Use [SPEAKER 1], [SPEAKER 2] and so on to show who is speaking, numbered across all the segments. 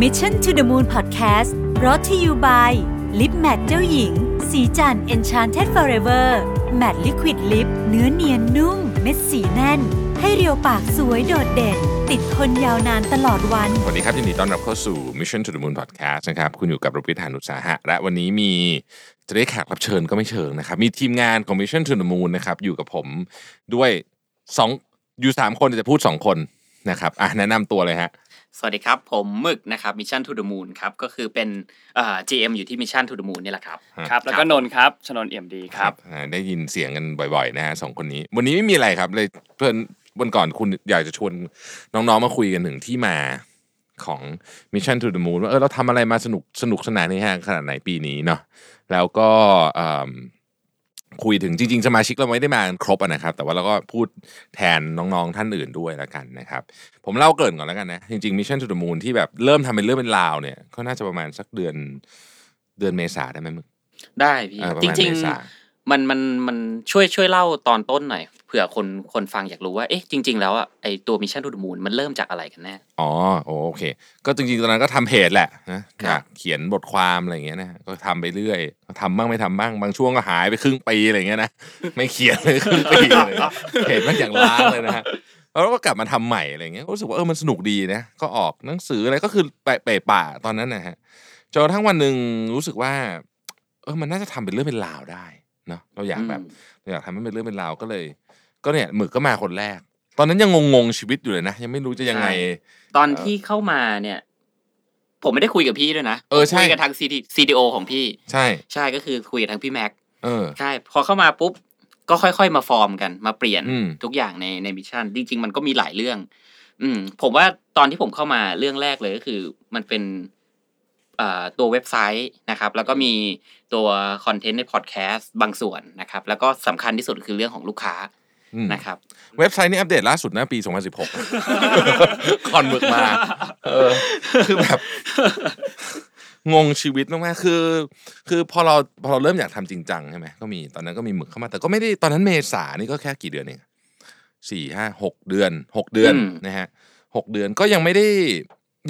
[SPEAKER 1] Mission to the Moon Podcast รอที่ you by Lip Matte เจ้าหญิง สีจัน Enchanted Forever Matte Liquid Lip เนื้อเนียนนุ่ม เม็ดสีแน่น ให้เรียวปากสวยโดดเด่น ติดทนยาวนานตลอดวัน
[SPEAKER 2] สวัสดีครับยินดีต้อนรับเข้าสู่ Mission to the Moon Podcast นะครับ คุณอยู่กับรบิทยานุตสาหะ และวันนี้มีจะได้แขกรับเชิญก็ไม่เชิงนะครับ มีทีมงานของ Mission to the Moon นะครับ อยู่กับผมด้วยสองอยู่สามคนแต่จะพูดสองคนนะครับอ่ะแนะนำตัวเลยฮะ
[SPEAKER 3] สวัสดีครับ ผมหมึกนะครับมิชชั่นทูเดอะมูนครับก็คือเป็นเอ่อ GM อยู่ที่มิชชั่นทูเดอะมูนนี่แหละครับ
[SPEAKER 4] ครับ แล้วก็นนท์ครับ ชนนท์เอี่ยมดีครับ
[SPEAKER 2] อ่าได้ยินเสียงกันบ่อยๆนะฮะสองคนนี้ วันนี้ไม่มีอะไรครับ เลยเพื่อนวันก่อนคุณอยากจะชวนน้องๆมาคุยกันถึงที่มาของ Mission to the Moon ว่าเออเราทำอะไรมาสนุกสนุกสนานในฮะขนาดไหนปีนี้เนาะแล้วก็อืมคุยถึงจริงๆ สมาชิกเราไม่ได้มากันครบอะนะครับ แต่ว่าเราก็พูดแทนน้องๆท่านอื่นด้วยละกันนะครับ ผมเล่าเกรินก่อนแล้วกันนะ จริงๆ Mission to the Moon ที่แบบเริ่มทำเป็นเรื่องเป็นราวเนี่ยก็น่าจะประมาณสักเดือนเดือนเมษาได้ไหมมึง
[SPEAKER 3] ได้พี่
[SPEAKER 2] เออประมาณ
[SPEAKER 3] จริง
[SPEAKER 2] เมษา
[SPEAKER 3] ๆมันมันมันช่วยช่วยเล่าตอนต้นหน่อยเผื่อคนคนฟังอยากรู้ว่าเอ๊ะจริง ๆ แล้วอ่ะไอตัวมิชชั่นทูเดอะมูนมันเริ่มจากอะไรกันแน่
[SPEAKER 2] อ๋อโอโอเค ก็จริงๆ ตอนนั้นก็ทำเพจแหละนะอ
[SPEAKER 3] ครั
[SPEAKER 2] ยา
[SPEAKER 3] บ
[SPEAKER 2] กเขียนบทความอะไรอย่างเงี้ยนะก็ทำไปเรื่อยก็ทำบ้างไม่ทำบ้าง บางช่วงก็หายไปครึ่งปีอะไรอย่างเงี้ยนะ ไม่เขียนเลยครึ่งปีเลย นะเพจมันอย่างล้างเลยนะฮะแล้วก็กลับมาทำใหม่อะไรอย่างเงี้ยก็รู้สึกว่าเออมันสนุกดีนะก็ออกหนังสืออะไรก็คือไปเปะป่าตอนนั้นนะฮะจนกระทั้งวันหนึ่งรู้สึกว่า เออมันน่าจะทำเป็นเรื่องเป็นราวได้เนาะเราอยากแบบ อยากทำให้เป็นเรื่องเป็นราวก็เลย ก็เนี่ยหมึกก็มาคนแรก ตอนนั้นยังงงๆชีวิตอยู่เลยนะ ยังไม่รู้จะยังไง
[SPEAKER 3] ใช่ ตอนที่เข้ามาเนี่ย ผมไม่ได้คุยกับพี่ด้วยนะ
[SPEAKER 2] เออใช่
[SPEAKER 3] คุยกับทาง CD CDO ของพี่
[SPEAKER 2] ใช่
[SPEAKER 3] ใช่ก็คือคุยกับทางพี่แม็ก
[SPEAKER 2] เออ
[SPEAKER 3] ใช่พอเข้ามาปุ๊บก็ค่อยๆมาฟอร์มกันมาเปลี่ยน
[SPEAKER 2] อืม
[SPEAKER 3] ทุกอย่างในในมิชชั่นจริง ๆ มันก็มีหลายเรื่อง อืม ผมว่าตอนที่ผมเข้ามาเรื่องแรกเลยก็คือ มันเป็นเอ่อตัวเว็บไซต์นะครับ แล้วก็มีตัวคอนเทนต์ในพอดแคสต์บางส่วนนะครับ แล้วก็สำคัญที่สุดคือเรื่องของลูกค้า
[SPEAKER 2] อืม
[SPEAKER 3] นะครับ
[SPEAKER 2] เว็บไซต์นี่อัปเดตล่าสุดนะปี 2016 ก่อนหมึกมา เออ คือแบบ งงชีวิตมากๆคือ คือพอเราพอเราเริ่มอยากทำจริงจังใช่ไหมก็มีตอนนั้นก็มีหมึกเข้ามา แต่ก็ไม่ได้ตอนนั้นเมษานี่ก็แค่กี่เดือนเองสี่ห้าหกเดือนหกเดือน
[SPEAKER 3] อืม
[SPEAKER 2] นะฮะหกเดือนก็ยังไม่ได้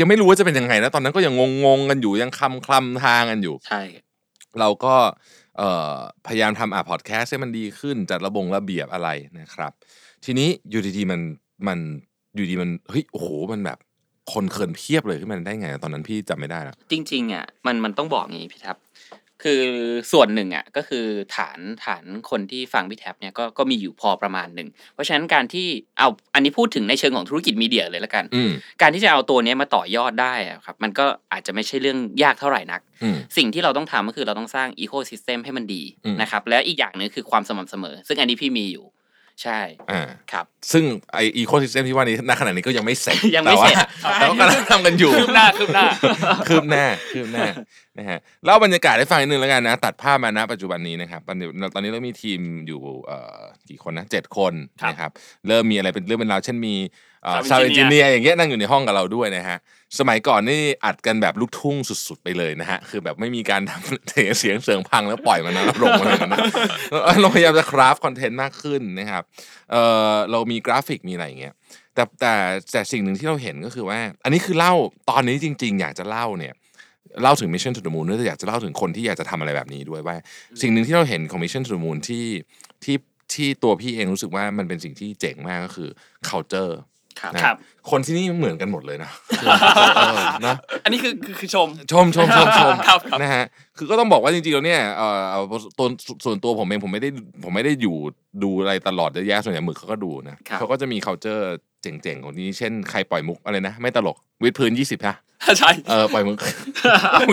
[SPEAKER 2] ยังไม่รู้ว่าจะเป็นยังไงนะตอนนั้นก็ยังงงๆกันอยู่ยังคลำคลำทางกันอยู่
[SPEAKER 3] ใช่
[SPEAKER 2] เราก็เอ่อพยายามทำอ่ะพอดแคสต์ให้มันดีขึ้น จัดระบงระเบียบอะไรนะครับ ทีนี้อยู่ดีๆมันมันอยู่ดีมันเฮ้ยโอ้โหมันแบบ คนเคินเพียบเลยขึ้นมาได้ไง ตอนนั้นพี่จำไม่ได้ละ
[SPEAKER 3] จริง ๆอ่ะมันมันต้องบอกอย่างนี้พี่แท็บคือส่วนหนึ่งอ่ะก็คือฐานฐานคนที่ฟังพี่แท็บเนี่ยก็ก็มีอยู่พอประมาณหนึ่ง เพราะฉะนั้นการที่เอาอันนี้พูดถึงในเชิงของธุรกิจมีเดียเลยละกัน
[SPEAKER 2] อืม
[SPEAKER 3] การที่จะเอาตัวเนี้ยมาต่อยอดได้อะครับ มันก็อาจจะไม่ใช่เรื่องยากเท่าไหร่นัก
[SPEAKER 2] อืม
[SPEAKER 3] สิ่งที่เราต้องทำก็คือเราต้องสร้างอีโค y ิสเต็มให้มันดี
[SPEAKER 2] อืม
[SPEAKER 3] นะครับ และอีกอย่างหนึ่งคือความสม่ำเสมอ ซึ่งอันนี้พี่มีอยู่ ใช่
[SPEAKER 2] อ่า
[SPEAKER 3] ครับ
[SPEAKER 2] ซึ่งไออีโคซิสเต็มที่ว่านี้ณขณะนี้ก็ยังไม่เสร็จ
[SPEAKER 3] ยังไม่เสร็จ
[SPEAKER 2] แต่ว่าแต่ว่ากำลังทำกันอยู่
[SPEAKER 4] คืบหน้าคืบหน้า
[SPEAKER 2] คืบหน้าคืบหน้านะฮะเล่าบรรยากาศให้ฟังนิดนึงแล้วกันนะ ตัดภาพมาณปัจจุบันนี้นะครับตอนนี้ตอนนี้เรามีทีมอยู่เอ่อกี่คนนะเจ็ดคน
[SPEAKER 4] ครับ
[SPEAKER 2] นะครับเริ่มมีอะไรเป็นเรื่องเป็นราวเช่นมีซา
[SPEAKER 4] Sound
[SPEAKER 2] วเอนจิเนีย
[SPEAKER 4] engineer
[SPEAKER 2] อย่างเงี้ยนั่งอยู่ในห้องกับเราด้วยนะฮะสมัยก่อนนี่อัดกันแบบลูกทุ่งสุดๆไปเลยนะฮะคือแบบไม่มีการทำ เสียงเสียงเสียงพังแล้วปล่อยมันนะลงมาเลยนะ เราพยายามจะคราฟคอนเทนต์มากขึ้นนะครับเออเรามีกราฟิกมีอะไรอย่างเงี้ย แต่แต่แต่สิ่งหนึ่งที่เราเห็นก็คือว่า อันนี้คือเล่าตอนนี้จริง ๆ อยากจะเล่าเนี่ย เล่าถึง Mission to the Moon ด้วยแต่อยากจะเล่าถึงคนที่อยากจะทำอะไรแบบนี้ด้วยว่า สิ่งหนึ่งที่เราเห็นของ Mission to the Moon ที่ที่ที่ตัวพี่เองรู้สึกว่ามันเป็นสิ่งที่เจ๋งมากก็คือ culture
[SPEAKER 3] ครับ
[SPEAKER 2] นะครับ คนที่นี่เหมือนกันหมดเลยนะ เออนะ
[SPEAKER 4] อันนี้คือคือคือชม
[SPEAKER 2] ชมชมชมชม
[SPEAKER 4] ครับครับ
[SPEAKER 2] นะฮะคือก็ต้องบอกว่าจริงๆแล้วเนี่ยเอ่อเอาตัวส่วนตัวผมเองผมไม่ได้ผมไม่ได้อยู่ดูอะไรตลอดเยอะแยะส่วนใหญ่หมึกเขาก็ดูนะครับ เขาก็จะมี culture เจ๋งๆของที่นี่เช่นใครปล่อยมุกอะไรนะ ไม่ตลกวิดพื้น 20นะ
[SPEAKER 4] ใช่
[SPEAKER 2] เออปล่อย มุก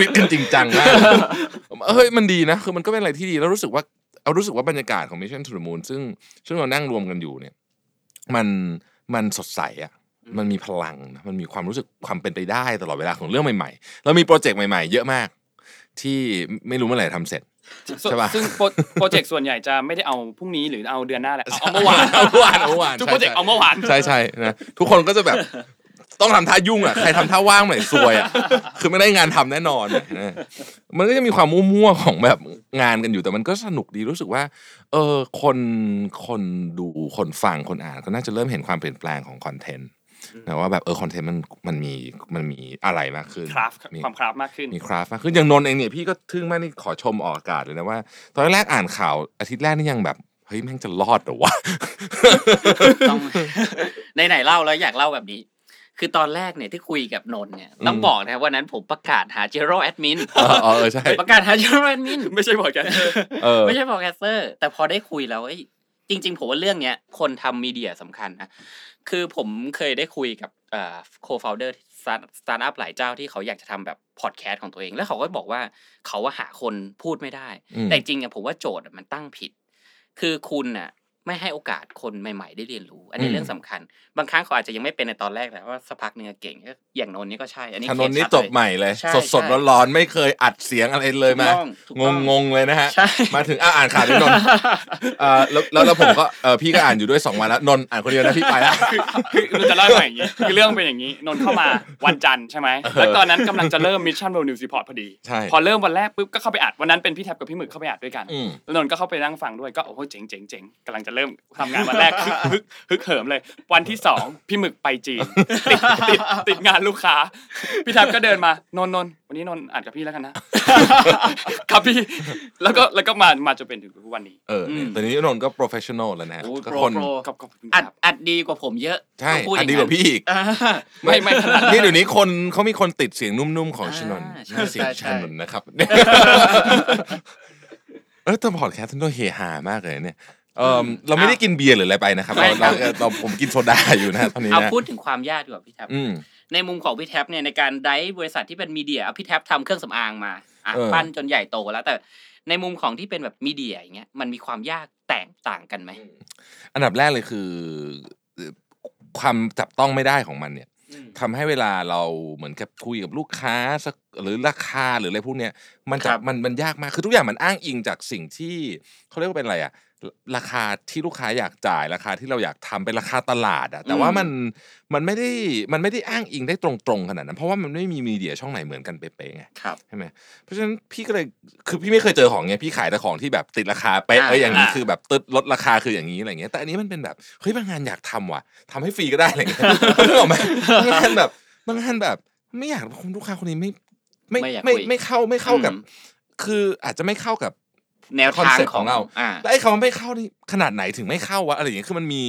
[SPEAKER 2] วิดกันจริงจังมากเฮ้ยมันดีนะ คือมันก็เป็นอะไรที่ดีแล้วรู้สึกว่าเอารู้สึกว่าบรรยากาศของ Mission to the Moon ซึ่งซึ่งเรานั่งรวมกันอยู่เนี่ยมันมันสดใสอ่ะมันมีพลังนะมันมีความรู้สึกความเป็นไปได้ตลอดเวลาของเรื่องใหม่ๆ เรามีโปรเจกต์ใหม่ๆ เยอะมาก ที่ไม่รู้เมื่อไหร่ทำเสร็จ ใช่ปะ
[SPEAKER 4] ซึ่งโปรโปรเจกต์ส่วนใหญ่จะไม่ได้เอาพรุ่งนี้หรือเอาเดือนหน้าแหละ เอาเอาเมื่อวาน
[SPEAKER 2] เอาเมื่อวานเอาเมื่อวาน
[SPEAKER 4] ทุกโปรเจกต์เอาเมื่อวาน
[SPEAKER 2] ใช่ใช่นะทุกคนก็จะแบบต้องทำท่ายุ่งอ่ะใครทำท่าว่างเมื่อไหร่ซวยอ่ะคือไม่ได้งานทำแน่นอนนะมันก็จะมีความมั่วๆของแบบงานกันอยู่แต่มันก็สนุกดีรู้สึกว่า เออคนคนดูคนฟังคนอ่านก็น่าจะเริ่มเห็นความเปลี่ยนแปลงของคอนเทนต์ นะว่าแบบเออคอนเทนต์มันมันมีมันมีอะไรมากขึ้น
[SPEAKER 4] คราฟ
[SPEAKER 2] มี
[SPEAKER 4] ความคราฟมากขึ้น
[SPEAKER 2] มีคราฟมากขึ้นอย่างนนท์เองเนี่ยพี่ก็ทึ่งมากนี่ขอชมออกอากาศเลยนะว่า ตอนแรกอ่านข่าวอาทิตย์แรกนี่ยังแบบ เฮ้ย แม่งจะรอดเหรอวะ
[SPEAKER 3] ต้องใน ไหนๆเล่าแล้วอยากเล่าแบบนี้ คือตอนแรกเนี่ยที่คุยกับนนท์เนี่ยต้อง
[SPEAKER 2] อืม
[SPEAKER 3] บอกนะครับวันนั้นผมประกาศหาเจโร่แอดมิน
[SPEAKER 2] เออเออเออใช่
[SPEAKER 3] ประกาศหาเจโร่แอดมิน
[SPEAKER 4] ไม่ใช่บอดแกน
[SPEAKER 2] เออ
[SPEAKER 3] ไม่ใช่พอดแคสเตอร์ แต่พอได้คุยแล้วเอ้ยจริง ๆ ผมว่าเรื่องเนี้ยคนทำมีเดียสำคัญนะ คือผมเคยได้คุยกับโคฟาวเดอร์สตาร์ทอัพหลายเจ้าที่เขาอยากจะทำแบบพอดแคสต์ของตัวเอง แล้วเขาก็บอกว่าเขาว่าหาคนพูดไม่ได้
[SPEAKER 2] อืม
[SPEAKER 3] แต่จริงๆอะผมว่าโจทย์อะมันตั้งผิด คือคุณน่ะไม่ให้โอกาสคนใหม่ ๆ ได้เรียนรู้ อันนี้เรื่องสำคัญ บางครั้งเขาอาจจะยังไม่เป็นในตอนแรกแต่ว่าสักพักหนึ่งอะเก่งก็อย่างนนท์นี่ก็ใช่ อันนี้
[SPEAKER 2] ถนน
[SPEAKER 3] เคส
[SPEAKER 2] นี่
[SPEAKER 3] ชัด
[SPEAKER 2] จบ
[SPEAKER 3] เลย
[SPEAKER 2] ใหม่เลย
[SPEAKER 3] ใช่
[SPEAKER 2] สดสด
[SPEAKER 3] ใช่
[SPEAKER 2] ร้อนๆไม่เคยอัดเสียงอะไรเลยมา
[SPEAKER 3] ถูกต้องถูก
[SPEAKER 2] ง
[SPEAKER 3] ต้อง
[SPEAKER 2] งงงๆเลยนะฮะ
[SPEAKER 3] ใช่
[SPEAKER 2] มาถึงอ่ะอ่านข่าวที่น นท์เออแล้วแล้วแล้วผมก็เออพี่ก็อ่านอยู่ด้วยสองวันแล้วนนท์อ่านคนเดียวนะพี่ไปแล้ว
[SPEAKER 4] คือคือจะเล่าใหม่อย่างนี้คือเรื่องเป็นอย่างนี้ นนท์เข้ามาวันจันทร์ใช่ไหมแล้วตอนนั้นกำลังจะเริ่มมิชชั่นโรนิวซีพอร์ตพอดี
[SPEAKER 2] ใช่
[SPEAKER 4] พอเริ่มวันแรกปุ๊บก็เข้าไปอัดวันนั้นเป็นพี่แท็บกับพี่หมึกเข้าไปอัดด้วยกัน
[SPEAKER 2] อืม
[SPEAKER 4] แล้วนนท์ก็เข้าไปนั่งฟังด้วยก็โอ้โหเจ๋งเจ๋งเจ๋งกำลังจะเริ่มทำงานวันแรกฮึกฮึกฮึกเหิมเลย วันที่สองพี่หมึกไปจีนติดติดติดงานลูกค้า พี่แทับก็เดินมานนท์นนท์วันนี้นนท์อ่านกับพี่แล้วกันนะ ครับพี่แล้วก็แล้วก็มามาจนเป็นถึงทุกวันนี้
[SPEAKER 2] เออเนี่ยตอนนี้นนท์ก็ professional แล้วนะฮะ
[SPEAKER 3] โอ้ย
[SPEAKER 2] ก็
[SPEAKER 3] โปร
[SPEAKER 2] คน
[SPEAKER 3] โปร
[SPEAKER 4] ขอบขอบคุณค
[SPEAKER 3] อั
[SPEAKER 4] รั
[SPEAKER 3] ด
[SPEAKER 4] บ
[SPEAKER 3] อัดดีกว่าผมเยอะ
[SPEAKER 2] ใช่
[SPEAKER 3] ต้องพูดอ
[SPEAKER 2] อัน
[SPEAKER 3] ย่าง
[SPEAKER 2] ดีกว่าพี่อีก
[SPEAKER 3] อ่า
[SPEAKER 4] ไม่ไม่ขนาดนั้ น
[SPEAKER 2] นี่เดี๋ยวนี้คนเขามีคนติดเสียงนุ่มๆของ
[SPEAKER 3] อ่า
[SPEAKER 2] ชนนท์
[SPEAKER 3] ใช่
[SPEAKER 2] ไม่เสียง
[SPEAKER 3] ใช่
[SPEAKER 2] ช
[SPEAKER 3] ใช่
[SPEAKER 2] นนท์นะครับ เออแต่พอดแคสต์เราเฮฮามากเลยเนี่ยเออเราไม่ได้กินเบียร์หรืออะไรไปนะครับเราเราเราผมกินโซดาอยู่นะตอนนี้
[SPEAKER 3] เอา
[SPEAKER 2] นะ
[SPEAKER 3] พูดถึงความยากดีกว่าพี่แท็บ
[SPEAKER 2] อืม
[SPEAKER 3] ในมุมของพี่แท็บเนี่ยในการได้บริษัทที่เป็นมีเดียเอาพี่แท็บทำเครื่องสำอางมาอ่ะ
[SPEAKER 2] เออ
[SPEAKER 3] ปั้นจนใหญ่โตแล้ว แต่ในมุมของที่เป็นแบบมีเดียอย่างเงี้ยมันมีความยากแตกต่างกันไหม
[SPEAKER 2] อันดับแรกเลยคือเอ่อความจับต้องไม่ได้ของมันเนี่ยทำให้เวลาเราเหมือนกับคุยกับลูกค้าสักหรือราคาหรืออะไรพวกเนี้ยมันจะ
[SPEAKER 3] ครับ
[SPEAKER 2] มันมันยากมากคือทุกอย่างมันอ้างอิงจากสิ่งที่เขาเรียกว่าเป็นอะไรอะราคาที่ลูกค้าอยากจ่ายราคาที่เราอยากทำเป็นราคาตลาดอะแต่ว่ามันมันไม่ได้มันไม่ได้อ้างอิงได้ตรงๆขนาดนั้น เพราะว่ามันไม่มีมีเดียช่องไหนเหมือนกันเป๊ะๆไง
[SPEAKER 3] ครับ
[SPEAKER 2] ใช่ไหมเพราะฉะนั้นพี่ก็เลย คือพี่ไม่เคยเจอของเงี้ย พี่ขายแต่ของที่แบบติดราคาเป๊ะ
[SPEAKER 3] อ่า
[SPEAKER 2] เอ้ยอย่างนี้
[SPEAKER 3] อ่า
[SPEAKER 2] คือแบบตึดลดราคาคืออย่างนี้อะไรเงี้ย แต่อันนี้มันเป็นแบบ เฮ้ยบางงานอยากทำว่ะทำให้ฟรีก็ได้อะไรเงี้ยนึกออกไหมบางงานแบบบางงานแบบ ไม่อยากคุณลูกค้าคนนี้ไม่ไม่
[SPEAKER 3] ไม่อยาก
[SPEAKER 2] ไม่
[SPEAKER 3] คุย
[SPEAKER 2] ไม่เข้าไม่เข้ากับ คืออาจจะไม่เข้ากับ
[SPEAKER 3] แนว
[SPEAKER 2] คอน
[SPEAKER 3] ทาง
[SPEAKER 2] เซ็ปต์
[SPEAKER 3] ข
[SPEAKER 2] ข
[SPEAKER 3] อ
[SPEAKER 2] อง งเรา
[SPEAKER 3] อ่า
[SPEAKER 2] แล้วไอ้คำว่าไม่เข้านี่ขนาดไหนถึงไม่เข้าวะอะไรอย่างเงี้ยคือมันมี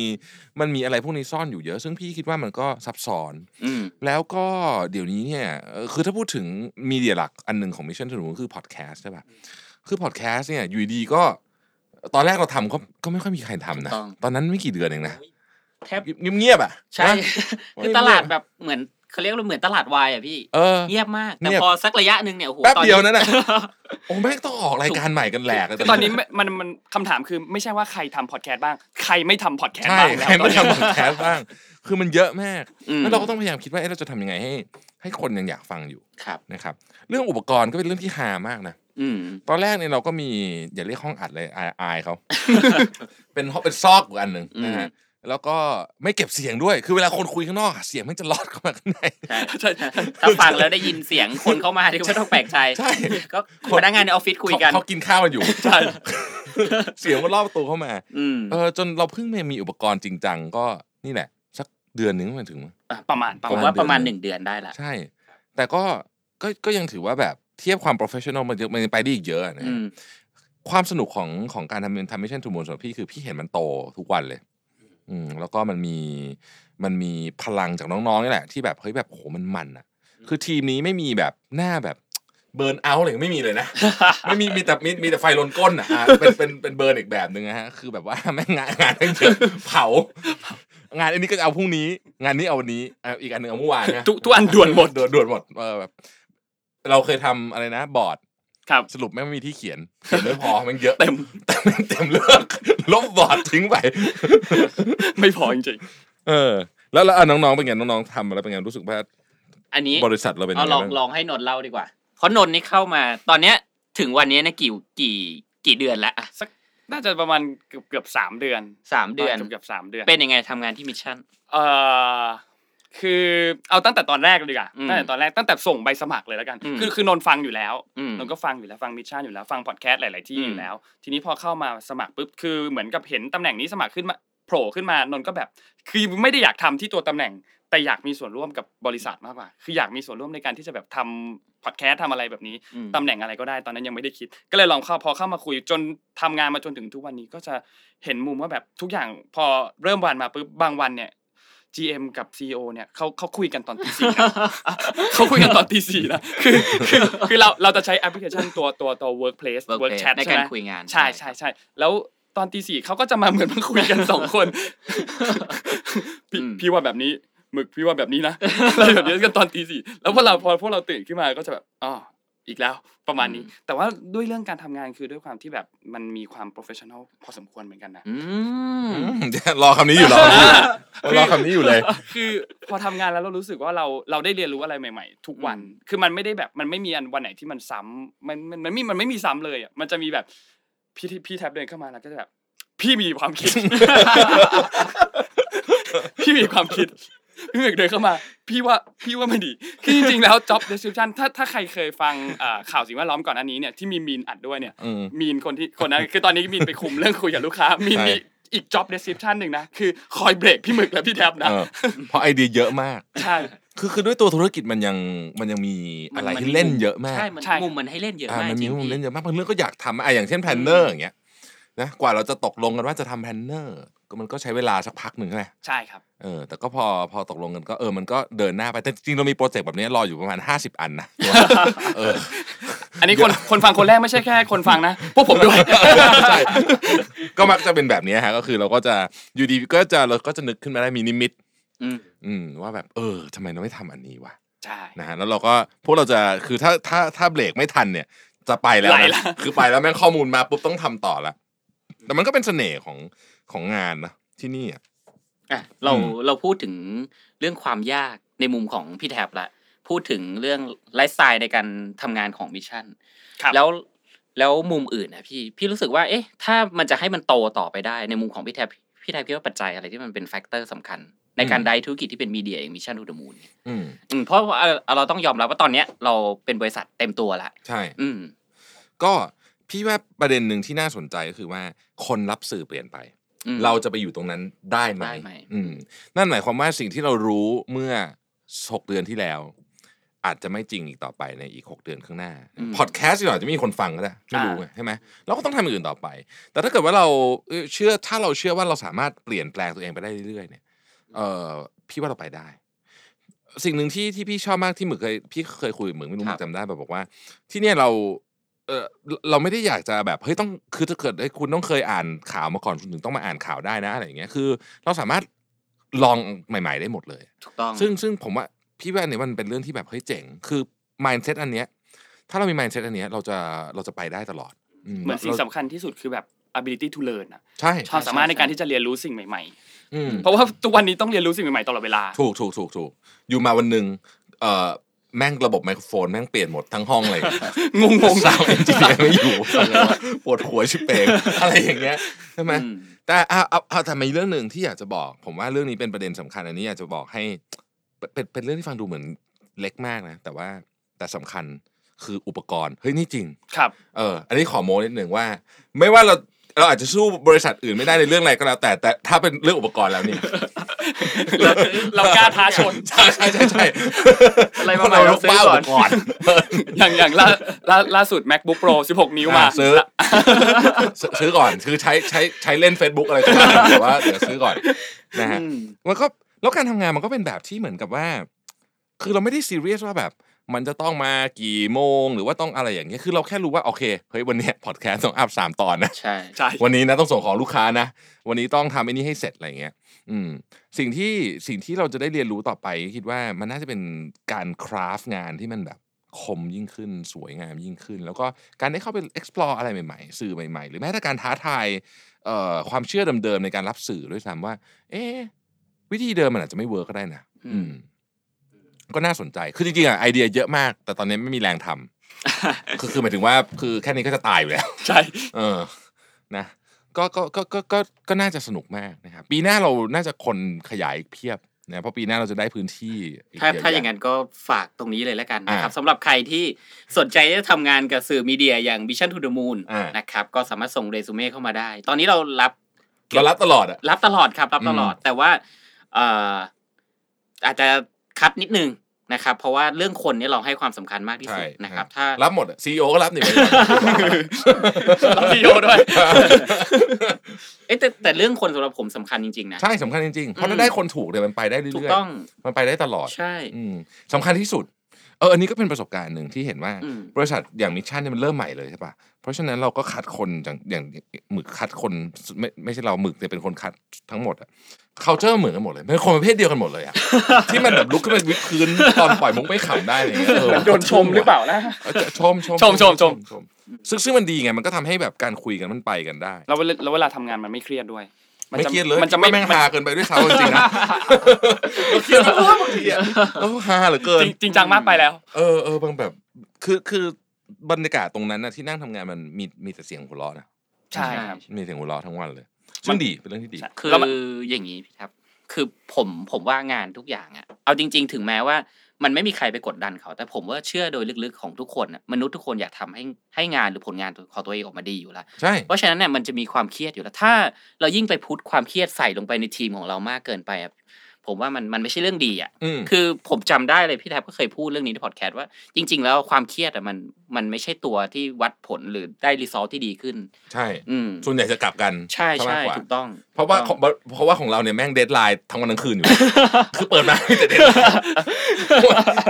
[SPEAKER 2] มันมีอะไรพวกนี้ซ่อนอยู่เยอะ ซึ่งพี่คิดว่ามันก็ซับซ้อน
[SPEAKER 3] อืม
[SPEAKER 2] แล้วก็เดี๋ยวนี้เนี่ยเอ่อคือถ้าพูดถึงมีเดียหลักอันหนึ่งของมิชชั่น o นูคือพอดแคสต์ใช่ป่ะ คือพอดแคสต์เนี่ยอยู่ดีๆก็ ตอนแรกเราทำก็ก็ไม่ค่อยมีใครทำนะ
[SPEAKER 3] ถูกต้อง
[SPEAKER 2] ตอนนั้นไม่กี่เดือนเองนะ
[SPEAKER 3] แทบ
[SPEAKER 2] เงียบๆอ่ะ
[SPEAKER 3] ใช่
[SPEAKER 2] นะ
[SPEAKER 3] คือตลาดแบบเหมือนเขาเรียกว่าเหมือนตลาดวายอ่ะพี่
[SPEAKER 2] เออ
[SPEAKER 3] เงียบมากแต่
[SPEAKER 2] เงียบ
[SPEAKER 3] พอสักระยะหนึ่งเนี่ยโอ้โห
[SPEAKER 2] แป๊บ
[SPEAKER 3] ตอ
[SPEAKER 2] เดียวนั่นน่ะ โอ้แม่งต้องออกรายการใหม่กันแหลกเลย
[SPEAKER 4] คือตอนนี้ไม่มันมันคำถามคือไม่ใช่ว่าใครทำพอดแคสต์บ้าง ใครไม่ทำพอดแคสต์
[SPEAKER 2] ใช่
[SPEAKER 4] บ้างแล้ว
[SPEAKER 2] ใคร
[SPEAKER 4] ตอ
[SPEAKER 2] ไม่
[SPEAKER 4] นนี้
[SPEAKER 2] ทำพอดแคสต์บ้าง คือมันเยอะมาก
[SPEAKER 3] อืม
[SPEAKER 2] แล้วเราก็ต้องพยายามคิดว่าเอ๊ะเราจะทำยังไงให้ ให้คนยังอยากฟังอยู่
[SPEAKER 3] ครับ
[SPEAKER 2] นะครับ เรื่องอุปกรณ์ก็เป็นเรื่องที่ฮามากนะ
[SPEAKER 3] อืม
[SPEAKER 2] ตอนแรกเนี่ยเราก็มีอย่าเรียกห้องอัดเลยอายอายเขา เป็นห้องเป็นซอกอยู่อันหนึ่งนะฮะแล้วก็ไม่เก็บเสียงด้วย คือเวลาคนคุยข้างนอกอะเสียงมันจะลอดเข้ามาข้างใน
[SPEAKER 3] ใช่ถ้าฟังแล้วได้ยินเสียงคนเข้ามาที่ไม่ต้องแปลกใจ
[SPEAKER 2] ใช่
[SPEAKER 3] ก็พนักงานในออฟฟิศ คุยกัน
[SPEAKER 2] เขาเขากินข้าว กันอยู่ ใช่ เสียงมันลอดประตูเข้ามา
[SPEAKER 3] อืม
[SPEAKER 2] เออจนเราเพิ่งมามีอุปกรณ์จริงจังก็นี่แหละ สักเดือนหนึงมันถึงมั้ง
[SPEAKER 4] ประมาณป
[SPEAKER 3] ผม
[SPEAKER 4] ระมาณ
[SPEAKER 3] ว่าประมาณ
[SPEAKER 2] เดือน
[SPEAKER 3] หนึ่งเดือนได้ละ
[SPEAKER 2] ใช่ แต่ก็ก็ก็ยังถือว่าแบบเทียบความ professional มันเยอะมันยังไปได้อีกเยอะนะ
[SPEAKER 3] อื
[SPEAKER 2] ฮะ
[SPEAKER 3] ม
[SPEAKER 2] ความสนุกของของการทำทำมิชชั่นทูมูลสำหรับพี่คือพี่เห็นมันโตทุกวันเลย อืมแล้วก็มันมีมันมีพลังจากน้องๆนี่แหละ ที่แบบเฮ้ยแบบโหมันมันอ่ะ คือทีมนี้ไม่มีแบบหน้าแบบเบิร์นเอาท์อะไรไม่มี เลยนะ ไม่มีมีแต่มีมีแต่ไฟลนก้นอ่ะ อ่ะเป็นเป็นเป็นเบิร์นอีกแบบหนึ่งนะฮะคือแบบว่าแม่งงานงานแม่งเยอะเผ า งานอันนี้ก็จะเอาพรุ่งนี้ งานนี้เอาวันนี้อ่ะอีกอันหนึ่งเอาเมื่อวานนะ
[SPEAKER 4] ทุกทุกอันด่วนหมด
[SPEAKER 2] ด่วนด่วนหมดเออแบบเราเคยทำอะไรนะบอร์ด
[SPEAKER 4] ครับ
[SPEAKER 2] สรุปแม่งไม่มีที่เขียนเขียนไม่พอ มันเยอะ
[SPEAKER 4] เต็ม
[SPEAKER 2] แต่แม่งเต็มเลือกลบบอร์ดทิ้งไป
[SPEAKER 4] ไม่พอจริง
[SPEAKER 2] เออ แล้วแล้วอ่ะน้องๆเป็นไงน้องๆทำมาแล้วเป็นไงรู้สึกว่า
[SPEAKER 3] อันนี้
[SPEAKER 2] บริษัทเราเป็นยั
[SPEAKER 3] เอา
[SPEAKER 2] งไง
[SPEAKER 3] ลอง
[SPEAKER 2] บ้าง
[SPEAKER 3] ลองให้นนท์เล่าดีกว่า เพราะนนท์นี่เข้ามา ตอนเนี้ยถึงวันนี้นะกี่กี่กี่เดือนละอ่ะ
[SPEAKER 4] ๆน่าจะประมาณเกือบเกือบสามเดือน
[SPEAKER 3] สามเดือน
[SPEAKER 4] เกือบเกือบสามเดือน
[SPEAKER 3] เป็นยังไงทำงานที่มิชชั่น
[SPEAKER 4] เอ่อคือเอาตั้งแต่ตอนแรกเลยดีกว่า
[SPEAKER 3] อืม
[SPEAKER 4] ตั้งแต่ตอนแรกตั้งแต่ส่งใบสมัครเลยแล้วกัน
[SPEAKER 3] อืม
[SPEAKER 4] คือคือนนท์ฟังอยู่แล้ว
[SPEAKER 3] อืม
[SPEAKER 4] นนท์ก็ฟังอยู่แล้วฟังมิชชั่นอยู่แล้วฟังพอดแคสต์หลาย ๆ ที่
[SPEAKER 3] อืม
[SPEAKER 4] อยู่แล้ว ทีนี้พอเข้ามาสมัครปุ๊บคือเหมือนกับเห็นตำแหน่งนี้สมัครขึ้นมาโผล่ขึ้นมานนท์ก็แบบ คือไม่ได้อยากทำที่ตัวตำแหน่ง แต่อยากมีส่วนร่วมกับบริษัทมากกว่า คืออยากมีส่วนร่วมในการที่จะแบบทำพอดแคสต์ทำอะไรแบบนี้
[SPEAKER 3] อืม
[SPEAKER 4] ตำแหน่งอะไรก็ได้ตอนนั้นยังไม่ได้คิด ก็เลยลองเข้าพอเข้ามาคุยจนทำงานมาจนถึงทุกวันนี้ก็จะเห็นมุมว่าแบบทุกอย่างพอเริ่มวันมาปุ๊บบางวันเนี่ย GM กับ CEO เนี่ยเขาเขาคุยกันตอนตีสี่นะ เขาคุยกันตอนตีสี่นะคือคือคือเราเราจะใช้แอปพลิเคชันตัวตัวตัว workplace
[SPEAKER 3] Workplace
[SPEAKER 4] workchat
[SPEAKER 3] ใน
[SPEAKER 4] ใช่
[SPEAKER 3] กา
[SPEAKER 4] ไห
[SPEAKER 3] ร
[SPEAKER 4] ม
[SPEAKER 3] คุยงาน
[SPEAKER 4] ใช่ใช่ใช่แล้วตอนตีสี่เขาก็จะมาเหมือนมาคุยกันสองคนพี่
[SPEAKER 3] อืม
[SPEAKER 4] พี่ว่าแบบนี้หมึกพี่ว่าแบบ นี้นะอะไรแบบนี้กันตอนตีสี่แล้วพอเราพอพวกเราตื่นขึ้นมาก็จะแบบอ๋อ อีกแล้วประมาณนี้
[SPEAKER 3] อืม
[SPEAKER 4] แต่ว่าด้วยเรื่องการทำงานคือด้วยความที่แบบมันมีความโปรเฟชชั่นอลพอสมควรเหมือนกันนะ
[SPEAKER 3] อืม
[SPEAKER 2] รอคำนี้อยู่รอคำนี้อยู่รอคำนี้อยู่เลย
[SPEAKER 4] คือพอทำงานแล้วเรารู้สึกว่าเราเราได้เรียนรู้อะไรใหม่ ๆ ทุกวัน คือมันไม่ได้แบบมันไม่มีอันวันไหนที่มันซ้ำมันมันมันไม่มันไม่มีซ้ำเลยอ่ะมันจะมีแบบพี่ที่พี่แท็บเดินเข้ามาแล้วก็จะแบบ พี่มีความคิด พี่มีความคิดพี่เอกเดินเข้ามา พี่ว่าพี่ว่าไม่ดีคือจริงๆแล้ว job description ถ้าถ้าใครเคยฟังอ่าข่าวสิ่งแวดล้อมก่อนอันนี้เนี่ยที่มีมีนอัดด้วยเนี่ย
[SPEAKER 2] อืม
[SPEAKER 4] มีนคนที่คนนั้นคือตอนนี้มีนไปคุมเรื่องคุยกับลูกค้า มีน
[SPEAKER 2] ใช่
[SPEAKER 4] มีอีก job description หนึ่งนะ คือคอยเบรกพี่หมึกและพี่แท็บนะ
[SPEAKER 2] เออเพราะไอเดียเยอะมาก
[SPEAKER 4] ใช่
[SPEAKER 2] คือคือด้วยตัวธุรกิจมันยังมันยังมีอะไร
[SPEAKER 3] มัน
[SPEAKER 2] ที่เล่น
[SPEAKER 3] มี
[SPEAKER 2] เยอะมาก
[SPEAKER 3] ใช่มัน
[SPEAKER 4] ใช่
[SPEAKER 3] มุมมันให้เล่นเย
[SPEAKER 2] อ่าม
[SPEAKER 3] อะาก
[SPEAKER 2] มัน
[SPEAKER 3] จ
[SPEAKER 2] มี
[SPEAKER 3] ริง
[SPEAKER 2] มุม
[SPEAKER 3] พี่
[SPEAKER 2] เล่นเยอะมากบางเรื่องก็อยากทำอ่ะอย่างเช่นแพลนเนอร์อย่างเงี้ยนะกว่าเราจะตกลงกันว่าจะทำแพลนเนอร์ก็มันก็ใช้เวลาสักพักหนึ่งใช่ไหม
[SPEAKER 4] ใช่ครับ
[SPEAKER 2] เออแต่ก็พอพอตกลงกันก็เออมันก็เดินหน้าไปแต่จริงๆเรามีโปรเจกต์แบบนี้รออยู่ประมาณ 50 อันนะเออ
[SPEAKER 4] อันนี้คนคนฟังคนแรกไม่ใช่แค่คนฟังนะ พวกผมด้วย
[SPEAKER 2] ใช่ก็มักจะเป็นแบบนี้ฮะก็คือเราก็จะอยู่ดีก็จะเราก็จะนึกขึ้นมาได้มีนิมิต
[SPEAKER 3] อืม
[SPEAKER 2] อืมว่าแบบเออทำไมเราไม่ทำอันนี้วะ
[SPEAKER 4] ใช่
[SPEAKER 2] นะฮะแล้วเราก็พวกเราจะคือถ้าถ้าถ้าเบรกไม่ทันเนี่ย จะไปแล้ว
[SPEAKER 4] ไหล
[SPEAKER 2] นะ
[SPEAKER 4] ละ
[SPEAKER 2] คือไปแล้วแม่งข้อมูลมาปุ๊บต้องทำต่อละแต่มันก็เป็นเสน่ห์ของของงานนะที่นี่อ่ะ
[SPEAKER 3] อ่ะเรา
[SPEAKER 2] อืม
[SPEAKER 3] เราพูดถึงเรื่องความยากในมุมของพี่แท็บละพูดถึงเรื่องไลฟ์สไตล์ในการทำงานของมิชชั่น
[SPEAKER 4] ครับ
[SPEAKER 3] แล้วแล้วมุมอื่นนะพี่พี่รู้สึกว่า เอ๊ะ ถ้ามันจะให้มันโตต่อไปได้ในมุมของพี่แท็บพี่แท็บคิดว่าปัจจัยอะไรที่มันเป็นแฟกเตอร์สำคัญ ในการได้ธุรกิจที่เป็นมีเดียอย่างมิชชั่นทูเดอะมูน
[SPEAKER 2] อืม
[SPEAKER 3] อืมเพราะว่าเอ่อเราต้องยอมรับว่าตอนเนี้ยเราเป็นบริษัทเต็มตัวละ
[SPEAKER 2] ใช่
[SPEAKER 3] อืม
[SPEAKER 2] ก็พี่ว่าประเด็นหนึ่งที่น่าสนใจก็คือว่าคนรับสื่อเปลี่ยนไป
[SPEAKER 3] อืม
[SPEAKER 2] เราจะไปอยู่ตรงนั้นได้ไหม
[SPEAKER 3] ได้ไหม
[SPEAKER 2] อืมนั่นหมายความว่าสิ่งที่เรารู้เมื่อหกเดือนที่แล้ว อาจจะไม่จริงอีกต่อไปในอีก 6 เดือนข้างหน้า
[SPEAKER 3] อืม
[SPEAKER 2] พอดแคสต์เราอาจจะไม่มีคนฟังก็ได้ไม่รู้ไงใช่ไหมเราก็ต้องทำอย่างอื่นต่อไป แต่ถ้าเกิดว่าเราเอ่อเชื่อถ้าเราเชื่อว่าเราสามารถเปลี่ยนแปลงตัวเองไปได้เรื่อยๆเนี่ยเออพี่ว่าเราไปได้ สิ่งหนึ่งที่ที่พี่ชอบมากที่หมึกเคยพี่เคยคุยกับหมึกไม่รู้หมึกจำได้แบบบอกว่า ที่เนี่ยเราเออเราไม่ได้อยากจะแบบเฮ้ยต้องคือถ้าเกิดเฮ้ยคุณต้องเคยอ่านข่าวมาก่อนคุณถึงต้องมาอ่านข่าวได้นะอะไรอย่างเงี้ยคือ เราสามารถลองใหม่ ๆ ได้หมดเลย
[SPEAKER 3] ถูกต้อง
[SPEAKER 2] ซึ่งซึ่งผมว่าพี่ว่าเนี่ยมันเป็นเรื่องที่แบบเฮ้ยเจ๋ง คือ mindset อันเนี้ยถ้าเรามี mindset อันเนี้ยเราจะเราจะไปได้ตลอด
[SPEAKER 4] เหมือนสิ่ง
[SPEAKER 2] รา
[SPEAKER 4] สำคัญที่สุดคือแบบ ability to learn อะ
[SPEAKER 2] ใช่
[SPEAKER 4] ความสามารถในการที่จะเรียนรู้สิ่งใหม่ๆ เพราะว่าทุกวันนี้ต้องเรียนรู้สิ่งใหม่ๆตลอดเวลา
[SPEAKER 2] ถูกถูกถูกถูกอยู่มาวันหนึ่งเอ่อแม่งระบบไมโครโฟน แม่งเปลี่ยนหมดทั้งห้องเลย
[SPEAKER 4] งงง
[SPEAKER 2] สาวเอนจิเนียร์ไม่ อยู่ ปวดหัวชิบเปงอะไรอย่างเงี้ยใช่ไหม
[SPEAKER 3] อืม
[SPEAKER 2] แต่เอาเอาเอาแต่มีเรื่องหนึ่งที่อยากจะบอก ผมว่าเรื่องนี้เป็นประเด็นสำคัญอันนี้อยากจะบอกให้เป็นเป็นเป็นเรื่องที่ฟังดูเหมือนเล็กมากนะ แต่ว่าแต่สำคัญคืออุปกรณ์เฮ้ยนี่จริง
[SPEAKER 4] ครับ
[SPEAKER 2] เอออันนี้ขอโม้นิดหนึ่งว่า ไม่ว่าเราเราอาจจะสู้บริษัทอื่นไม่ได้ในเรื่องอะไรก็แล้ว แต่แต่ถ้าเป็นเรื่องอุปกรณ์แล้วเนี่ย
[SPEAKER 4] เราเรากล้าท้าชน
[SPEAKER 2] ใช่ใช่ใช่ ใช่
[SPEAKER 3] อะไรประมาณนั้น
[SPEAKER 2] เบ้าอุปกรณ์
[SPEAKER 4] อย่างอย่างล่าล่าล่าสุด macbook pro 16 นิ้วมา
[SPEAKER 2] อ่ะซื้อ ซื้อ ซื้อก่อนคือใช้ใช้ใช้เล่น Facebook อะไรก็ได้ แต่ว่าเดี๋ยวซื้อก่อนนะฮะมันก็แล้วการทำงานมันก็เป็นแบบที่เหมือนกับว่า คือเราไม่ได้ซีเรียสว่าแบบ มันจะต้องมากี่โมง หรือว่าต้องอะไรอย่างเงี้ยคือเราแค่รู้ว่า โอเคเฮ้ยวัน เนี้พอดแคสต์ต้องอัพสามตอนนะ
[SPEAKER 3] ใช่
[SPEAKER 4] ใช่
[SPEAKER 2] วันนี้นะต้องส่งของลูกค้านะ วันนี้ต้องทำไอ้นี่ให้เสร็จอะไรเงี้ย อืม สิ่งที่สิ่งที่เราจะได้เรียนรู้ต่อไป คิดว่ามันน่าจะเป็นการคราฟงานที่มันแบบคมยิ่งขึ้น สวยงามยิ่งขึ้น แล้วก็การได้เข้าไป explore อะไรใหม่ๆ สื่อใหม่ๆ หรือแม้แต่การท้าทายเอ่อความเชื่อเดิมๆในการรับสื่อด้วยซ้ำว่า เอ๊ะวิธีเดิมมันอาจจะไม่เวิร์กก็ได้นะอืม ก็น่าสนใจ คือจริงๆอ่ะไอเดียเยอะมาก แต่ตอนนี้ไม่มีแรงทำคือคือหมายถึงว่าคือแค่นี้ก็จะตายอยู่แล้ว
[SPEAKER 4] ใช่
[SPEAKER 2] เออ นะก็ก็ก็ก็ก็ก็น่าจะสนุกมากนะครับ ปีหน้าเราน่าจะคนขยายอีกเพียบนะเพราะปีหน้าเราจะได้พื้นที่อีก
[SPEAKER 3] ถ้า
[SPEAKER 2] เะ
[SPEAKER 3] ถ้าอย่าง
[SPEAKER 2] แะ
[SPEAKER 3] นั้นก็ฝากตรงนี้เลยแล้วกันนะครับ
[SPEAKER 2] อ่า
[SPEAKER 3] สำหรับใครที่สนใจจะทำงานกับสื่อมีเดียอย่าง Vision to the Moon
[SPEAKER 2] อ่าน
[SPEAKER 3] นะครับก็สามารถส่งเรซูเม่เข้ามาได้ ตอนนี้เรารับ
[SPEAKER 2] เรารับตลอดอ่ะ
[SPEAKER 3] รับตลอดครับรับตลอด แต่ว่าเอ่อ อาจจะคัดนิดนึงนะครับ เพราะว่าเรื่องคนเนี่ยเราให้ความสำคัญมากที่สุด
[SPEAKER 2] ใช่
[SPEAKER 3] นะครับ
[SPEAKER 2] ใช่
[SPEAKER 3] ถ้ารั
[SPEAKER 2] รับหมดซีอีโอก็รับนี่ไป
[SPEAKER 4] รับ CEO ด้วย
[SPEAKER 3] เอ้ยแต่แต่เรื่องคนสำหรับผมสำคัญจริงๆนะ
[SPEAKER 2] ใช่สำคัญจริงๆ เพราะถ้าได้คนถูกเนี่ยมันไปได้เรื่อยๆ
[SPEAKER 3] ถูกต้อง
[SPEAKER 2] มันไปได้ตลอด
[SPEAKER 3] ใช่
[SPEAKER 2] อืมสำคัญที่สุด เออ อันนี้ก็เป็นประสบการณ์หนึ่งที่เห็นว่า
[SPEAKER 3] อืม
[SPEAKER 2] บริษัทอย่างมิชชั่นเนี่ยมันเริ่มใหม่เลยใช่ปะเพราะฉะนั้นเราก็คัดคนอย่างอย่างหมึกคัดคนไม่ไม่ใช่เราหมึกแต่ยเป็นคนคัดทั้งหมดอะ culture เหมือนกันหมดเลยเป็นคนประเภทเดียวกันหมด เลยอะ ที่มันแบบลุกขึ้นมาวิดพื้นตอนปล่อยมุกไม่ขำได้อะไรเงี้ยเออ
[SPEAKER 4] โดนชมหรือเปล่านะ
[SPEAKER 2] เออจะชมชม
[SPEAKER 4] ชมชมชม
[SPEAKER 2] ซึ่งซึ่งมันดีไงมันก็ทำให้แบบการคุยกันมันไปกันได้
[SPEAKER 4] แล้วเวลาแล้วเวลาทำงานมันไม่เครียดด้วย
[SPEAKER 2] ไม่
[SPEAKER 4] จะ
[SPEAKER 2] เครียดเลย
[SPEAKER 4] มันจะไม่
[SPEAKER 2] แม่ง
[SPEAKER 4] มัน
[SPEAKER 2] ฮาเกินไปด้วยซ้ำจริ งๆนะ เราเครียดมากบางทีอะเออฮาเหลือเกิน
[SPEAKER 4] จริงจริงจังมากไปแล้ว
[SPEAKER 2] เออเออบางแบบ คือคือบรรยากาศตรงนั้นนะที่นั่งทำงานมันมีมีแต่เสียงหัวเราะนะ
[SPEAKER 4] ใช่ครับ
[SPEAKER 2] มีเสียงหัวเราะทั้งวันเลยซึ่งดีเป็นเรื่องที่ดี
[SPEAKER 3] คือ
[SPEAKER 4] แล้วมัน
[SPEAKER 3] อย่างนี้พี่ครับ คือผมผมว่างานทุกอย่างอะเอาจริง ๆ ถึงแม้ว่า มันไม่มีใครไปกดดันเขา แต่ผมว่าเชื่อโดยลึกๆของทุกคนอะมนุษย์ทุกคนอยากทำให้ให้งานหรือผลงานของตัวเองออกมาดีอยู่แล้ว
[SPEAKER 2] ใช่
[SPEAKER 3] เพราะฉะนั้นเนี่ยมันจะมีความเครียดอยู่แล้ว ถ้าเรายิ่งไปพุทความเครียดใส่ลงไปในทีมของเรามากเกินไปอะผมว่ามันมันไม่ใช่เรื่องดีอะ
[SPEAKER 2] อืม
[SPEAKER 3] คือผมจำได้เลยพี่แทบก็เคยพูดเรื่องนี้ในพอดแคสต์ว่าจริง ๆ แล้วความเครียดอะมันมันไม่ใช่ตัวที่วัดผลหรือได้รีซอสที่ดีขึ้น
[SPEAKER 2] ใช่
[SPEAKER 3] อืม
[SPEAKER 2] ส่วนใหญ่จะกลับกัน
[SPEAKER 3] ใช่
[SPEAKER 2] ซะมา
[SPEAKER 3] ใช่
[SPEAKER 2] กกว่า
[SPEAKER 3] ถูกต้อง
[SPEAKER 2] เพราะว่าข
[SPEAKER 3] ถู
[SPEAKER 2] อง
[SPEAKER 3] กต้อง
[SPEAKER 2] เพราะว่าของเราเนี่ยแม่งเดทไลน์ทั้งวันทั้งคืนอยู่ คือเปิดมาไม่แต่เดทไลน์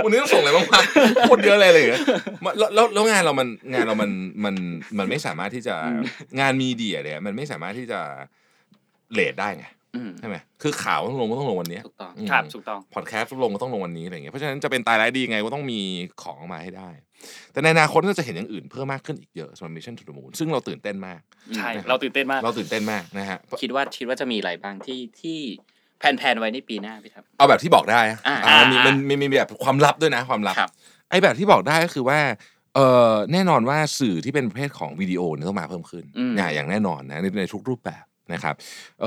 [SPEAKER 2] วันนี้ต้องส่งอะไรบ้างวะโคตรเยอะเลยอะไรอย่างเงี้ยมันแล้วแล้วแล้วงานเรามันงานเรามันมันมันไม่สามารถที่จะงานมีเดียเนี่ยมันไม่สามารถที่จะเลทได้ไง
[SPEAKER 3] อืม
[SPEAKER 2] ใช่ไหมคือข่าวต้องลงก็ต้องลงวันเนี้ย
[SPEAKER 3] ถูกต้อง
[SPEAKER 2] อืม
[SPEAKER 4] ครับถูกต้อง
[SPEAKER 2] พอดแคสต์ลงก็ต้องลงวันนี้อะไรเงี้ยเพราะฉะนั้นจะเป็นตายร้ายดีไงก็ต้องมีของออกมาให้ได้ แต่ในอนาคตก็จะเห็นอย่างอื่นเพิ่มมากขึ้นอีกเยอะสำหรับ Mission to the Moon ซึ่งเราตื่นเต้นมาก
[SPEAKER 4] ใช่ เราตื่นเต้นมาก
[SPEAKER 2] เราตื่นเต้นมากนะฮะ
[SPEAKER 3] คิดว่าคิดว่าจะมีอะไรบ้างที่ที่แผนๆไว้ในปีหน้าพี่ครับ
[SPEAKER 2] เอาแบบที่บอกได้อะ
[SPEAKER 3] อ่า
[SPEAKER 2] อ่ามี
[SPEAKER 4] อ่ามั
[SPEAKER 2] มันมีมีมีแบบความลับด้วยนะความลับ
[SPEAKER 3] ครับ
[SPEAKER 2] ไอ้แบบที่บอกได้ก็คือว่าเออแน่นอนว่าสื่อที่เป็นประเภทของวิดีโอเนี่ยต้องมาเพิ่มขึ้น
[SPEAKER 3] อืม
[SPEAKER 2] นะอย่างแน่นอนนะในในทุกรูปแบบนะครับเอ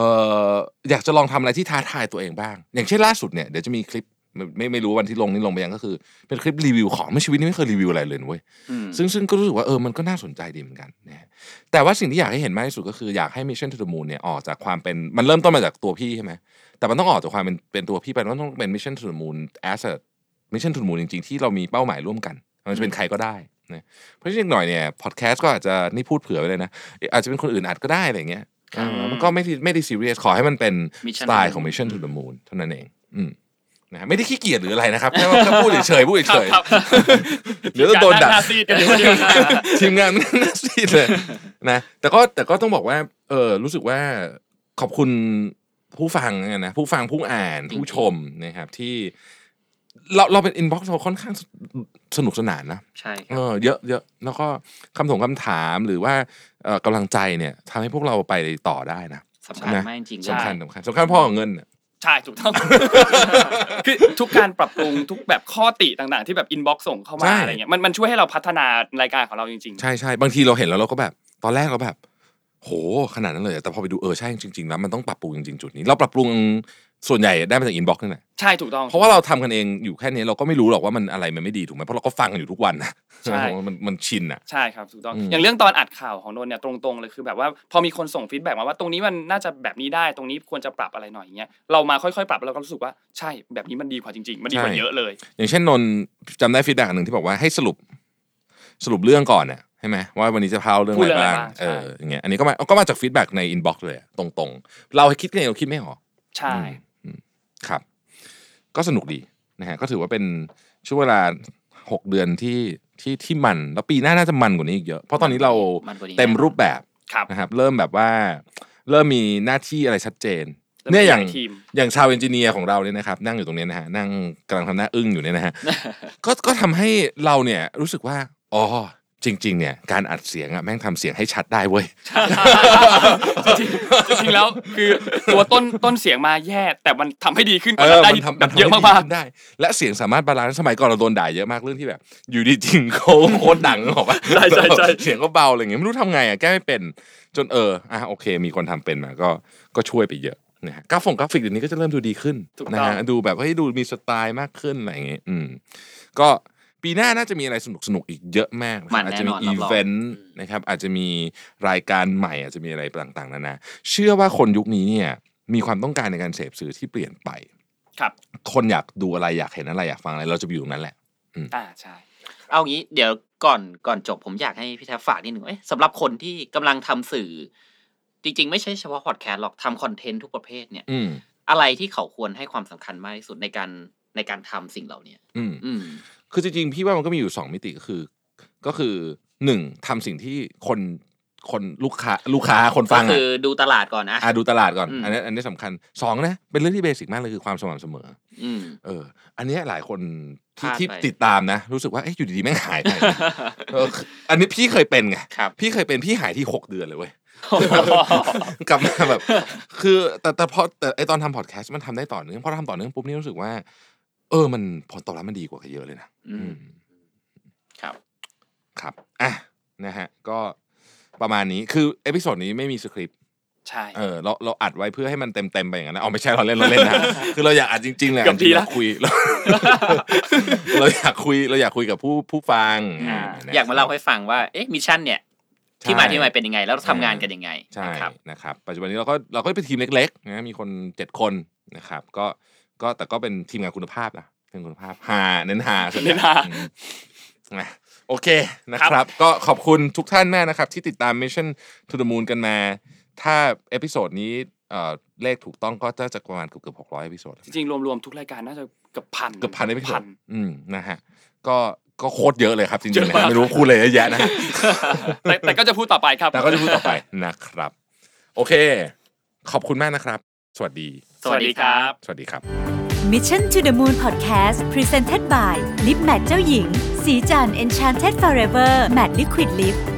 [SPEAKER 2] ออยากจะลองทำอะไรที่ท้าทายตัวเองบ้าง อย่างเช่นล่าสุดเนี่ยเดี๋ยวจะมีคลิปไม่ไม่ไม่รู้วันที่ลงนี่ลงไปยังก็คือ เป็นคลิปรีวิวของไม่ชีวิตนี้ไม่เคยรีวิวอะไรเลยนะเว้ย
[SPEAKER 3] อืม
[SPEAKER 2] ซึ่งซึ่งก็รู้สึกว่าเออมันก็น่าสนใจดีเหมือนกันนะฮะแต่ว่าสิ่งที่อยากให้เห็นมากที่สุดก็คืออยากให้ Mission to the Moon เนี่ยออกจากความเป็นมันเริ่มต้นมาจากตัวพี่ใช่ไหมแต่มันต้องออกจากความเป็นเป็นตัวพี่ไปมันต้องเป็น Mission to the Moon as a Mission to the Moon จริงๆ ที่เรามีเป้าหมายร่วมกัน มันจะเป็นใครก็ได้นะเพราะฉะนั้นหน่อยเนี่ยพอดแคสต์ก็อาจจะนี่พูดเผื่อไว้เลยนะเอ่ออาจจะเป็นคนอื่นอัดก็ได้อะไรอย่างเงี้ยเออมันก็ไม่ได้ไม่ได้ซีเรียสขอให้มันเป็น
[SPEAKER 3] Mission
[SPEAKER 2] สไตล์ของ Mission to the Moon เท่านั้นเองอืมนะฮะไม่ได้ขี้เกียจหรืออะไรนะครับแค่ว่าแค่พูดเฉยๆพูด
[SPEAKER 4] ครับ
[SPEAKER 2] เฉย
[SPEAKER 4] ครับ
[SPEAKER 2] ๆเดี๋ยวจะโดน
[SPEAKER 4] การ
[SPEAKER 2] ด่า
[SPEAKER 4] หาซีดกันอยู่คนเดียวหน้า
[SPEAKER 2] ทีมงาน มันน่าซีดเลยนะแต่ก็แต่ก็ต้องบอกว่าเออรู้สึกว่าขอบคุณผู้ฟังนะผู้ฟังผู้อ่านผู้ชมนะครับที่เราเราเป็นอินบ็อกซ์เราค่อนข้างสนุกสนานนะ
[SPEAKER 3] ใช่
[SPEAKER 2] เออเยอะเยอะแล้วก็คำถงคำถามหรือว่าเอ่อกำลังใจเนี่ยทำให้พวกเราไปต่อได้นะ
[SPEAKER 3] สำคัญ
[SPEAKER 2] นะ
[SPEAKER 3] มากจริงๆ
[SPEAKER 2] สำคัญสำคัญสำคัญพ่อของเงินน่ะ
[SPEAKER 4] ใช่ถูกต้อง คือทุกการปรับปรุงทุกแบบข้อติต่างๆ ที่แบบอินบ็อกซ์ส่งเข้า
[SPEAKER 2] ใช่
[SPEAKER 4] มาอะไรเงี้ยมันมันช่วยให้เราพัฒนารายการของเราจริง
[SPEAKER 2] ใช่ใช่บางทีเราเห็นแล้วเราก็แบบ ตอนแรกเราแบบ โหขนาดนั้นเลยเหรอแต่พอไปดูเออใช่จริงๆแล้วมันต้องปรับปรุงจริงๆจุดนี้เราปรับปรุงส่วนใหญ่ได้มาจากอินบ็อกซ์นั่นแหละ
[SPEAKER 4] ๆ ใช่ถูกต้อง
[SPEAKER 2] เพราะว่าเราทำกันเองอยู่แค่นี้เราก็ไม่รู้หรอกว่ามันอะไรมันไม่ดีถูกไหมเพราะเราก็ฟังกันอยู่ทุกวันนะ
[SPEAKER 4] ใช่
[SPEAKER 2] มันมันมันชินอ่ะ
[SPEAKER 4] ใช่ครับถูกต้อง
[SPEAKER 2] อืม
[SPEAKER 4] อย่างเรื่องตอนอัดข่าวของนนท์เนี่ยตรงๆเลยคือแบบว่าพอมีคนส่งฟีดแบ็กมาว่าตรงนี้มันน่าจะแบบนี้ได้ตรงนี้ควรจะปรับอะไรหน่อยอย่างเงี้ยเรามาค่อยๆปรับแล้วเราก็รู้สึกว่าใช่แบบนี้มันดีกว่าจริงๆ มันดีกว่า
[SPEAKER 2] ใช่
[SPEAKER 4] เยอะเลย
[SPEAKER 2] อย่างเช่นนนท์จำได้ฟีดแบ็กหนึ่งที่บอกว่าให้สรุปสรุปเรื่องก่อนเนี่ยใช่ไหมว่าวันนี้จะพาเรื่อง
[SPEAKER 4] พู
[SPEAKER 2] อะ
[SPEAKER 4] ด
[SPEAKER 2] ไร
[SPEAKER 4] เรื่องอะไร
[SPEAKER 2] บ้าง
[SPEAKER 4] บ้างใช่
[SPEAKER 2] เอออย่างเงี้ยอันนี้ก็มาก็มาจากฟีดแบ็กในอินบ็อกซ์เลยอะตรงๆ เราคิดกันเองเราคิดไม่ออก
[SPEAKER 4] ใช่
[SPEAKER 2] อืมครับ ก็สนุกดีนะฮะก็ถือว่าเป็นช่วงเวลาหกเดือนที่ที่ที่มัน แล้วปีหน้าน่าจะมันกว่านี้อีกเยอะเพราะตอนนี้เรา
[SPEAKER 3] นกว่านี้
[SPEAKER 2] เต็มรูปแบบ
[SPEAKER 4] ครับ
[SPEAKER 2] นะครับ เริ่มแบบว่า เริ่มมีหน้าที่อะไรชัดเจน
[SPEAKER 4] แล้ว
[SPEAKER 2] เนี่ยอย่าง
[SPEAKER 4] มีทีม
[SPEAKER 2] อย่างชาวเอนจิเนียร์ของเราเนี่ยนะครับ นั่งอยู่ตรงเนี้ยนะฮะนั่งกำลังทำหน้าอึ้งอยู่เนี่ยนะฮะ ก็ก็ทำให้เราเนี่ยรู้สึกว่าอ๋อจริง ๆ เนี่ยการอัดเสียงอะแม่งทำเสียงให้ชัดได้เว้ย
[SPEAKER 4] จริงๆจริงๆแล้วคือตัวต้นต้นเสียงมาแย่ แต่มันทำให้ดีขึ้นก
[SPEAKER 2] เอ
[SPEAKER 4] ว่า
[SPEAKER 2] อ
[SPEAKER 4] ได้
[SPEAKER 2] มันทำมันทำ
[SPEAKER 4] เยอะ
[SPEAKER 2] ให้ดี
[SPEAKER 4] มาก
[SPEAKER 2] ขึ้นได้ และเสียงสามารถบาลานซ์สมัยก่อนเราโดนด่าเยอะมากเรื่องที่แบบ อยู่ดีจริงเขาโคตรดังหรอกปะ
[SPEAKER 4] ๆใช่ใช่ใช่
[SPEAKER 2] เสียงก็เบาอะไรอย่างเงี้ยไม่รู้ทำไงอ่ะแก้ไม่เป็นจนเอออ่ะโอเค มีคนทำเป็นมาก็ก็ช่วยไปเยอะนะฮะกราฟงกราฟิกเดี๋ยวนี้ก็จะเริ่มดูดีขึ้นนะฮะดูแบบเฮ้ยดูมีสไตล์มากขึ้นอะไรอย่างเงี้ยอืมก็ปีหน้าน่าจะมีอะไรสนุกสนุกๆอีกเยอะมากนะครับ
[SPEAKER 3] มัน
[SPEAKER 2] อาจ
[SPEAKER 3] แน่
[SPEAKER 2] จะ
[SPEAKER 3] น
[SPEAKER 2] มี
[SPEAKER 3] อน
[SPEAKER 2] อี
[SPEAKER 3] รับรอง
[SPEAKER 2] เวนต์นะครับอาจจะมีรายการใหม่อาจจะมีอะไรต่างๆนานาเชื่อว่าคนยุคนี้เนี่ยมีความต้องการในการเสพสื่อที่เปลี่ยนไป
[SPEAKER 4] ครับ
[SPEAKER 2] คนอยากดูอะไรอยากเห็นอะไรอยากฟังอะไร เราจะไปอยู่ตรงนั้นแหละ
[SPEAKER 4] อ่าใช่
[SPEAKER 3] เอางี้เดี๋ยวก่อนก่อนจบผมอยากให้พี่แทบฝากนิดหนึ่งเอ้ยสำหรับคนที่กำลังทำสื่อ จริง ๆ ไม่ใช่เฉพาะพอดแคสต์หรอกทำคอนเทนต์ทุกประเภทเนี่ย
[SPEAKER 2] อืม
[SPEAKER 3] อะไรที่เขาควรให้ความสำคัญมากที่สุดในการในการทำสิ่งเหล่านี้
[SPEAKER 2] อืม
[SPEAKER 3] อืม
[SPEAKER 2] คือจริงๆพี่ว่ามันก็มีอยู่สองมิติก็คือ ก็คือหนึ่งทำสิ่งที่คนคนลูกค้าลูกค้าคนฟั
[SPEAKER 3] ก็
[SPEAKER 2] ง
[SPEAKER 3] คือ
[SPEAKER 2] อะ
[SPEAKER 3] ดูตลาดก่อนอะ
[SPEAKER 2] อ่ะดูตลาดก่อน
[SPEAKER 3] อืม
[SPEAKER 2] อันนี้อันนี้สำคัญสองนะเป็นเรื่องที่เบสิกมากเลยคือความสม่ำเสมอ
[SPEAKER 3] อืม
[SPEAKER 2] เออ อันเนี้ยหลายคนที่
[SPEAKER 3] พลาด
[SPEAKER 2] ที่
[SPEAKER 3] ไป
[SPEAKER 2] ติดตามนะ รู้สึกว่าเอ๊ะอยู่ดีๆแม่งหายไปเอออันนี้พี่เคยเป็นไง
[SPEAKER 3] ครับ
[SPEAKER 2] พี่เคยเป็นพี่หายที่หกเดือนเลยเว้ย กลับมาแบบ คือแต่แต่พอแต่ไอตอนทำพอดแคสต์มันทำได้ต่อเนื่องพอทำต่อเนื่องปุ๊บนี่รู้สึกว่า เออมันผลตอบรับมันดีกว่าเยอะเลยนะ
[SPEAKER 3] อืม
[SPEAKER 2] อืม
[SPEAKER 3] ครับ
[SPEAKER 2] ครับอ่ะนะฮะ ก็ประมาณนี้คือเอพิโซดนี้ไม่มีสคริปต์
[SPEAKER 4] ใช่
[SPEAKER 2] เออเราเราอัดไว้เพื่อให้มันเต็มเต็มๆไปอย่างนั้นนะเอาไม่ใช่เราเล่นเราเล่น นะคือเราอยากอัดจริงๆแหละ
[SPEAKER 4] เกือบทีละ
[SPEAKER 2] เราคุยเรา เราอยากคุยเราอยากคุยกับผู้ผู้ฟัง
[SPEAKER 3] อ่า
[SPEAKER 2] นะ
[SPEAKER 3] อยากมาเล่าให้ฟังว่า เอ๊ะ มิชชั่นเนี่ย
[SPEAKER 2] ใช่
[SPEAKER 3] ที่มาที่ไปเป็นยังไง แล้วทำงาน
[SPEAKER 2] เออ
[SPEAKER 3] กันยังไง
[SPEAKER 2] ใช่
[SPEAKER 3] นะครับ
[SPEAKER 2] นะครับปัจจุบันนี้เราก็เราก็เป็นทีมเล็กๆนะมีคนเจ็ดคนนะครับก็ก็แต่ก็เป็นทีมงานคุณภาพนะเป็นคุณภาพหาเน้นหาส่วใญ่
[SPEAKER 4] เน้นหา
[SPEAKER 2] อืมนะโอเคนะครับ ก็ขอบคุณทุกท่านมากนะครับ ที่ติดตาม Mission to the Moon กันมา ถ้าเอพิโซดนี้เอ่อเลขถูกต้องก็น่าจะประมาณเกือบเกือบหกร้อยเอพิโซด
[SPEAKER 4] จริงๆ รวมๆ ทุกรายการน่าจะเกือบพัน
[SPEAKER 2] เกือบพันเอพิโซ
[SPEAKER 4] พั
[SPEAKER 2] ด
[SPEAKER 4] น
[SPEAKER 2] อืมนะฮะก็ก็โคตรเยอะเลยครับจริงๆ
[SPEAKER 4] เยอะ
[SPEAKER 2] นะ
[SPEAKER 4] มาก
[SPEAKER 2] ฮะไม่รู้พูดเลยเยอะแยะนะฮะ
[SPEAKER 4] แต่แต่ก็จะพูดต่อไปครับ
[SPEAKER 2] แต่ก็จะพูดต่อไปนะครับ โอเค ขอบคุณมากนะครับ สวัสดี
[SPEAKER 3] สวัสดีครับ
[SPEAKER 2] สวัสดีครับ
[SPEAKER 1] Mission to the Moon Podcast Presented by Lip Matte เจ้าหญิง สีจัน Enchanted Forever Matte Liquid Lip